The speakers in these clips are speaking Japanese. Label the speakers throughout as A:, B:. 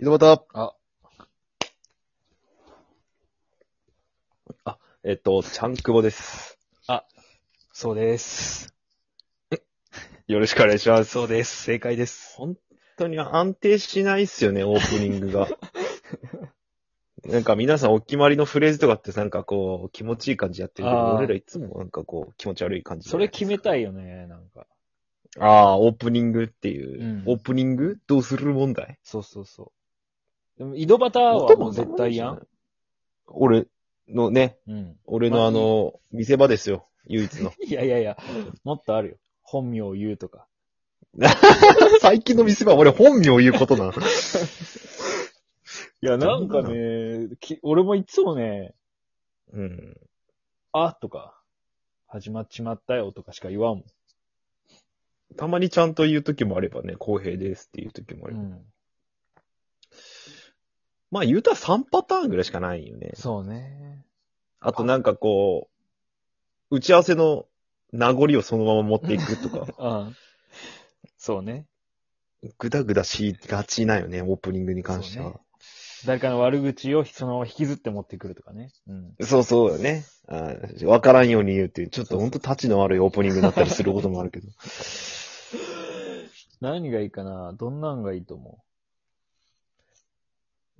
A: 井戸端、
B: あ。あ、えっと、ちゃんくぼです。
A: そうです。
B: よろしくお願いします。
A: そうです。正解です。
B: 本当に安定しないっすよね、オープニングが。 なんか皆さんお決まりのフレーズとかってなんかこう、気持ちいい感じやってるけ
A: あ
B: ど、
A: ー
B: 俺らいつもなんかこう、気持ち悪い感じ。
C: それ決めたいよね、なんか。
B: ああ、オープニングっていう。
C: うん
B: オープニングどうする問題
C: そうそうそう。でも、井戸端はもう絶対やん。。
B: 俺のね、
C: うん。
B: 俺のあの、見せ場ですよ。唯一の。
C: いやいやいや、もっとあるよ。本名を言うとか。
B: 最近の見せ場、俺本名言うことな の。
C: いや、
B: な
C: なんん
B: か
C: か
B: ね
C: ね、き俺もいつもね、
B: うん。
C: あとか、始まっちまったよとかしか言わんもん。
B: たまにちゃんと言う時もあればね、公平ですっていう時もあ
C: う
B: れば。
C: ん。
B: まあ言うたら3パターンぐらいしかないよね。
C: そうね。、
B: あとなんかこう、打ち合わせの名残をそのまま持っていくと か
C: うん。そうね。
B: ぐだぐだしがちなよね、オープニングに関しては。
C: 誰かの悪口をそのまま引きずって持ってくるとかね。 うん。
B: そうそうだよね。あーわからんように言うっていう、ちょっとほんと立ちの悪いオープニングになったりすることもあるけど。
C: 何がいいかなどんなんがいいと思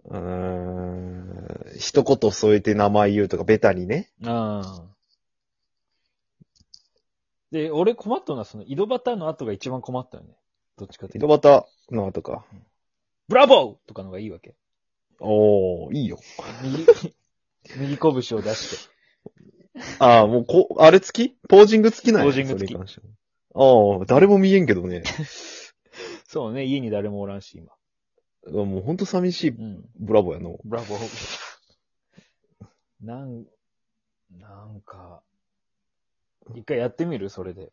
B: うーん、一言添えて名前言うとか、ベタにね。
C: うああ。で、俺困ったのは、その井戸端の後が一番困ったよね。どっちかと
B: 井
C: いうと。
B: 戸端のとか。
C: ブラボーとかのがいいわけ。
B: おー、いいよ。
C: 右、 右拳を出して。
B: ああ、もうこ、あれ付きポージング付きなんや
C: ポージング付き
B: それに関してはああ、誰も見えんけどね。
C: そうね、家に誰もおらんし、今。
B: もうほんと寂しい
C: うん。
B: ブラボーやの。
C: ブラボー。なん、なんか、一回やってみるそれで。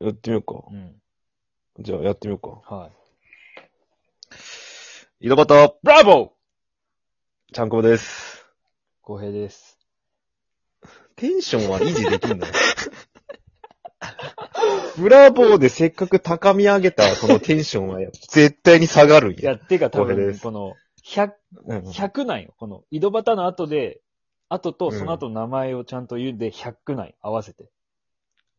B: やってみようか。
C: うん。
B: じゃあやってみようか。
C: はい。
B: 井戸端、
C: ブラボー
B: ちゃんこぼです。
C: 公平です。
B: テンションは維持できんのブラボーでせっかく高み上げたそのテンションはや絶対に下がるん
C: いや、
B: や。
C: ってか多
B: 公平で
C: 分、
B: す
C: この、100、
B: うん
C: 100なんよ。この、井戸端の後で、後とその後の名前をちゃんと言うんで、100なんよ合わせて。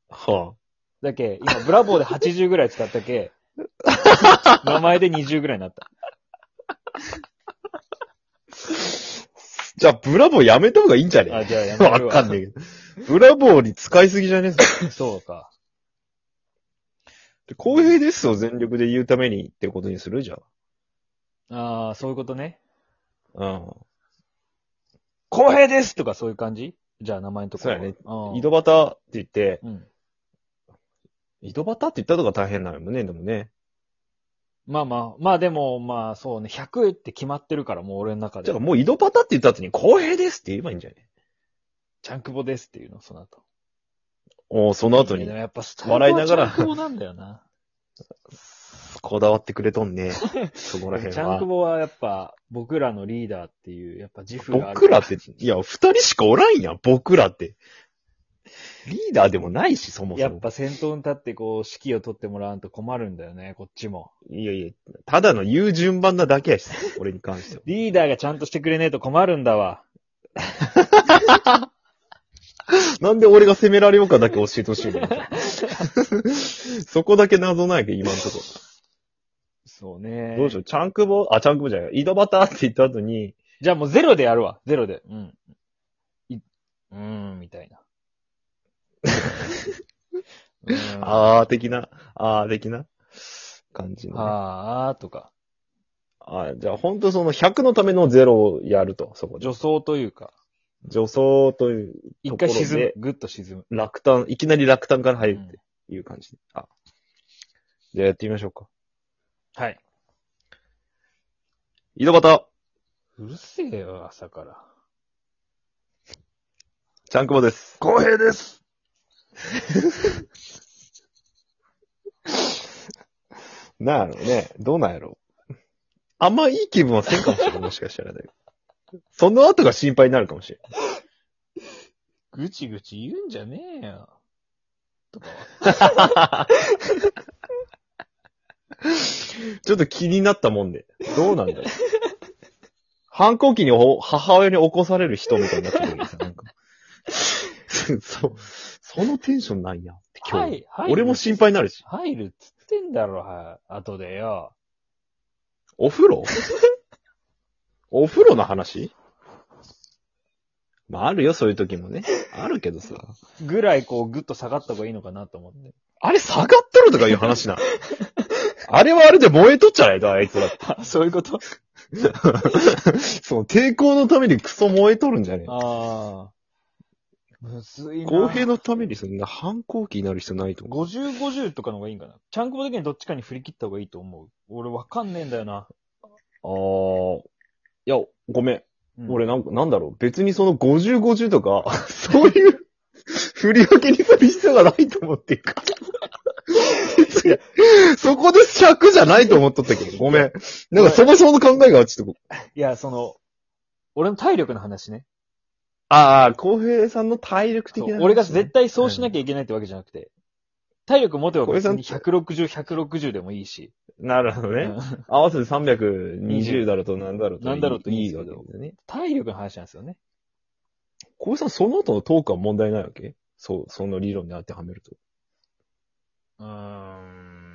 B: は
C: だけ、今、ブラボーで80ぐらい使った け、名前で20ぐらいになった。
B: あ、じゃあブラボーやめた方がいいんじゃね
C: あ、じゃあやめる
B: わ
C: わ。
B: かんねえけど。ブラボーに使いすぎじゃねえ
C: そうか。
B: で公平ですを全力で言うためにってことにするじゃん。
C: ああ、そういうことね。
B: うん。
C: 公平ですとかそういう感じじゃあ名前のところ。
B: そうやね
C: ね
B: 井戸端って言って、
C: うん。
B: 井戸端って言ったとか大変なのよね、でもね。
C: まあまあ、まあでも、まあそうね、100って決まってるから、もう俺の中
B: じ
C: で
B: ゃあ。もう井戸端って言った後に、公平ですって言えばいいんじゃね
C: ちゃんくぼですっていうの、その後。
B: おーその後
C: いいね
B: に
C: でも、やっぱスタ
B: 笑いながら
C: ちゃんくぼなんだよな。
B: こだわってくれとん ね。そこら辺
C: ちゃんく
B: は。
C: ぼはやっぱ僕らのリーダーっていう、やっぱ自負がある。
B: 僕らって、いや、二人しかおらんやん、僕らって。リーダーでもないし、そもそ
C: やっ
B: も。
C: ぱ先頭に立ってこう、指揮を取ってもらわんと困るんだよね、こっちも。
B: いやいや、ただの言う順番なだけやし、俺に関しては。
C: リーダーがちゃんとしてくれねえと困るんだわ。
B: なんで俺が責められようかだけ教えてほしいの そこだけ謎なんやけど、今のとこ。
C: そうね。
B: どうしよう、チャンクボ、あ、チャンクボじゃない、井戸端って言った後に、
C: じゃあもうゼロでやるわ、ゼロで。うん。い、うーん、みた いな。うーんあ
B: あー的な、あー的な感じの、ね。
C: ーあーとか、
B: あーじゃあ本当その100のためのゼロをやると、そこで。
C: 助走というか、
B: 女装という、
C: 一回
B: ところ
C: 沈
B: で
C: む、ぐっと沈む。
B: 落胆、いきなり落胆から入るっ
C: うん
B: ていう感じで。あ。じゃあやってみましょうか。
C: はい。
B: 井戸端、
C: うるせえよ、朝から。
B: ちゃんくぼです。
C: 公平です。
B: なんやろうね。どうなんやろう。あんまいい気分はせんかもしれ ない。もしかしたらね。その後が心配になるかもしれない。
C: ぐちぐち言うんじゃねえよ。とかは。
B: ちょっと気になったもんで。どうなんだろう。反抗期にお母親に起こされる人みたいになってくるんですよ、なんか。 そう。そのテンションなんやって今日。
C: はいはい
B: 俺も心配になるし。
C: 入るっつってんだろ、はい。後でよ。
B: お風 呂お風呂の話まああるよ、そういう時もね。あるけどさ。
C: ぐらいこう、ぐっと下がった方がいいのかなと思って。
B: あれ下がっとるとかいう話 な。あれはあれで燃えとっちゃないと、あいつら。
C: そういうこと
B: その抵抗のためにクソ燃えとるんじゃねえ。
C: ああ。むずいな。
B: 公平のためにそんな反抗期になる人ないと思う。
C: 50、50とかの方がいいんかな。ちゃんこぼ的にどっちかに振り切った方がいいと思う。俺わかんねえんだよな。
B: ああ。いや、ごめん。
C: うん
B: 俺なんか、なんだろう。別にその50、50とか、 そういう振り分けにする必要がないと思ってる からいやそこで尺じゃないと思っとったけど、ごめん。なんかそもそもの考えがちょっと、
C: いや、その、俺の体力の話ね。
B: ああ、浩平さんの体力的
C: そう
B: な。
C: 俺が絶対そうしなきゃいけないってわけじゃなくて、体力持てば別に
B: 小
C: 160、160でもいいし。
B: なるほど
C: う
B: ね。
C: ん
B: 合わせて320だろうとなんだろうと。
C: なんだろうといい
B: い
C: ん
B: い
C: です
B: わ
C: け
B: け
C: ど
B: だよね。
C: 体力の話なんですよね。
B: 浩平さん、その後のトークは問題ないわけそう、その理論に当てはめると。
C: うーん。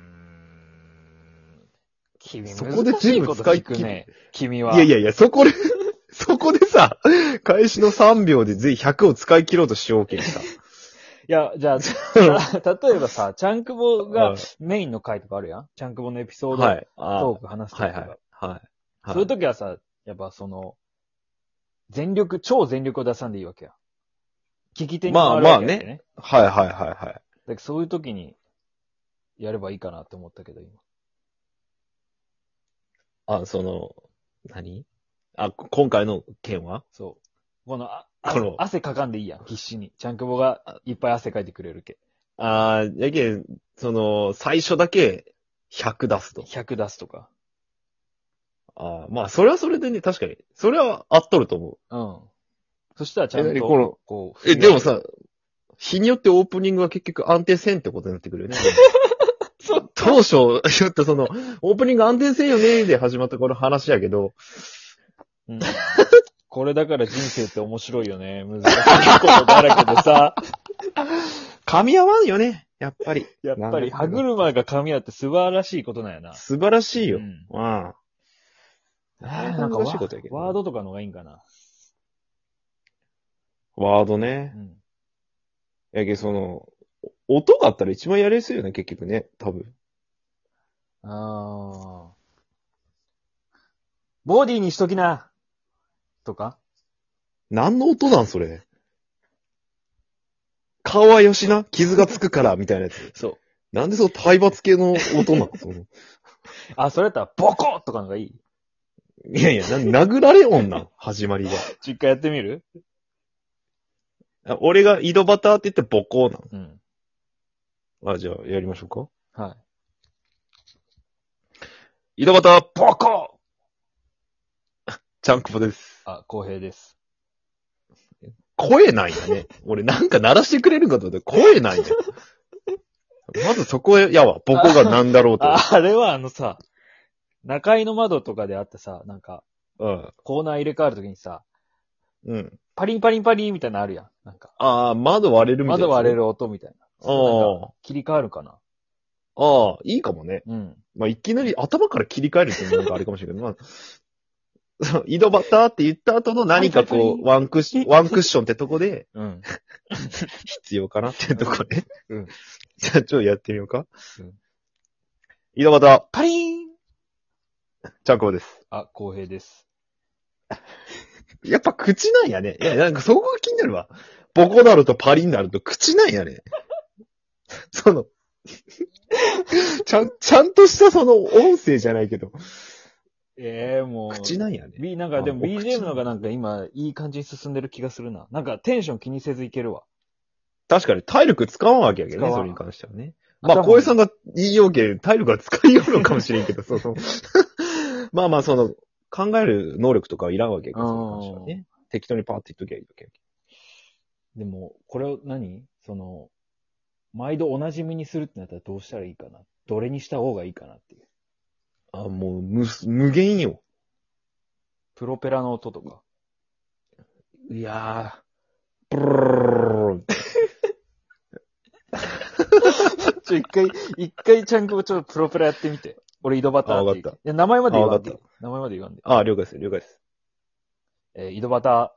C: 君、
B: そこで
C: 難しい
B: 全
C: こ
B: 部
C: と
B: 使い
C: 聞
B: 切
C: く
B: る
C: ね。君は。
B: いやいやいや、そこで、 そこでさ、開始の3秒でぜひ100を使い切ろうとしようけどさ。
C: いや、 じゃあ、じゃあ例えばさ、チャンクボがメインの回とかあるやんチャンクボのエピソー
B: は
C: ド
B: い。あ
C: トーク話すと
B: は
C: か。
B: いはい。はい。はい
C: そういう時はさ、やっぱその、全力、超全力を出さんでいいわけや。聞き手に回るわけやけど
B: まあまあはいはいはいはい。
C: だけどそういう時に、やればいいかなって思ったけど、今。
B: あ、その、何あ、こ今回の件は
C: そう。この、あ
B: この
C: 汗かかんでいいやん、必死に。ちゃんくぼがいっぱい汗かいてくれるけ。
B: あーやけん、その、最初だけ100出すと。
C: 100出すとか。
B: あーまあ、それはそれでね、確かに。それは合っとると思う。
C: うん。そしたらちゃん
B: え
C: と、
B: この
C: こう。
B: え、でも、さ、日によってオープニングは結局安定せんってことになってく るよね。
C: そう
B: 当初、ちょっとその、オープニング安定せんよねで始まったこの話やけど、
C: うんこれだから人生って面白いよね。難しいことだらけで さ。
B: 噛み合わんよね、やっぱり。
C: やっぱり歯
B: なんだ
C: 車が噛み合って素晴らしいことなんやな。
B: 素晴らしいよ。
C: う
B: うんん。
C: なんか
B: 難
C: ワ
B: しいことやけどね
C: ワードとかの方がいいんかな。
B: ワード
C: う
B: ね。
C: ん。
B: やけどその、お音があったら一番やりやすいよね、結局ね、多分。
C: ああ。ボディにしときなとか
B: 何の音なん、それ。顔はよしな、傷がつくから、みたいなやつ。
C: そう。
B: なんでその体罰系の音なのその
C: あ、それやったら、ボコッとかのがいい
B: いやいや、な殴られ音なん、始まりが。
C: 一回やってみる
B: あ俺が井戸端って言ってボコーな
C: うん。
B: の。あ、じゃあ、やりましょうか。
C: はい。
B: 井戸端、ボコ ーちゃんこぽです。
C: あ、公平です。
B: 声ないよね。俺なんか鳴らしてくれるんかと思って声ないじゃん。まずそこやわ、ボコがなんだろうと。
C: あ、あれはあのさ、中井の窓とかであってさ、なんか、
B: うん。
C: コーナー入れ替わるときにさ、
B: うん。
C: パリンパリンパリンみたいなのあるやん。なんか、
B: ああ、窓割れるみたいな。
C: 窓割れ
B: る。
C: る音みたいな。
B: あー
C: 切り替わるかな
B: ああ、いいかもね。
C: うん。
B: まあ、いきなり頭から切り替えるっていうのもなんかあれ かもしれないけど、まあ、そう井戸端って言った後の何かこう、ワンクッション、ワンクッションってとこで、
C: うん。
B: 必要かなっていうとこね。
C: うん。
B: じゃあ、ちょっとやってみようか。
C: うん
B: 井戸端、
C: パリーン
B: ちゃんこです。
C: あ、公平です。
B: やっぱ口なんやね。いや、なんかそこが気になるわ。ボコなるとパリになると口なんやね。 その、 ちゃん、ちゃんとしたその音声じゃないけど、
C: ええもう。
B: 口なんやね。
C: B、なんかでも
B: あお口
C: BGM のがなんか今、いい感じに進んでる気がするな。なんかテンション気にせずいけるわ。
B: 確かに体力使わんわけやけどね、
C: 使わん
B: それに関してはね。まあ、
C: 頭
B: 小江さんが言いようけ、体力は使いようのかもしれんけど、そうそう。まあまあ、その、考える能力とかはいらんわけやから、それに関してはね。適当にパーって言っときゃいいわけやけ
C: でも、これを何その、毎度お馴染みにするってなったらどうしたらいいかなどれにした方がいいかなっていう。
B: ど。あ、もう、無、無限よ。
C: プロペラの音とか。
B: いやー、ブルルル
C: ちょ、一回、一回ちゃんこちょっとプロペラやってみて。俺、井戸端
B: あわか
C: っ
B: ってた
C: いや、名前まで言わんでいい
B: あわ。
C: 名前まで言わんでいい。
B: あ、了解です、了解です。
C: えー井戸端、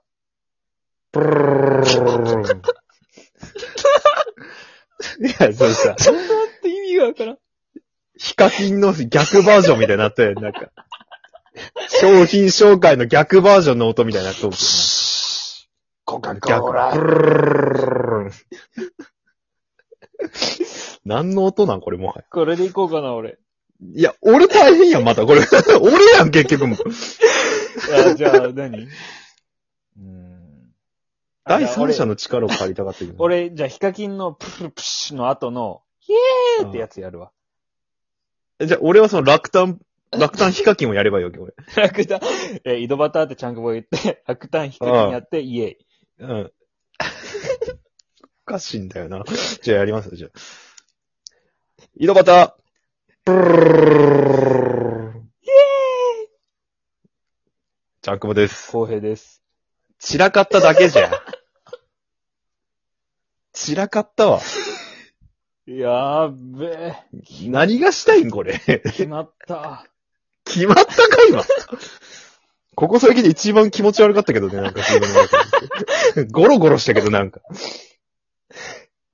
B: ブルルルルルルいや、そうさ、
C: ちょっと待って意味がわからん。
B: ヒカキンの逆バージョンみたいになったよ、なんか。商品紹介の逆バージョンの音みたいになった。
C: コカ・コー
B: 逆。
C: ラ。
B: ブルルルルルル何の音なんこれもはや。
C: これでいこうかな、俺。
B: いや、俺大変やん、ま たこれ。俺やん、結局もう。
C: いや、 じゃあ何、うーん。あ
B: 第三者
C: じゃあ
B: の力を借りたかったけど。
C: 俺、俺じゃあ、ヒカキンのプシュプシュの後の、ヒエーってやつやるわ。
B: えじゃあ、俺はその落胆、落胆ヒカキンをやればいいわけ、俺。
C: 楽団、 えー、井戸端ってちゃんこぼ言って、楽団ヒカキンやって、イエイ。
B: うん。おかしいんだよな。じゃあ、やりますよ、じゃあ。井戸端ブルルルルルルジャンクボです。
C: 公平です。
B: 散らかっただけじゃん。散らかったわ。
C: やーべえ。
B: 何がしたいん、これ。
C: 決まった。
B: 決まったか、今。ここ最近で一番気持ち悪かったけどね、なんか 自分の中で。ゴロゴロしたけど、なんか。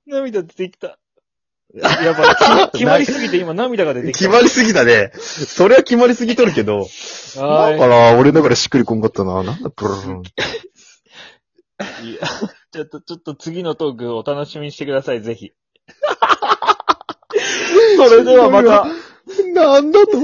C: 涙出てきた。やばい決 ま、決まりすぎて今涙が出てき
B: 決
C: た。
B: まりすぎだね。それは決まりすぎとるけど。
C: は
B: だから、俺だからしっくりこんかったな。なんだ、プルル ン。
C: ーいいやちょっと、ちょっと次のトークをお楽しみにしてください、ぜひ。それではまた。
B: なんだと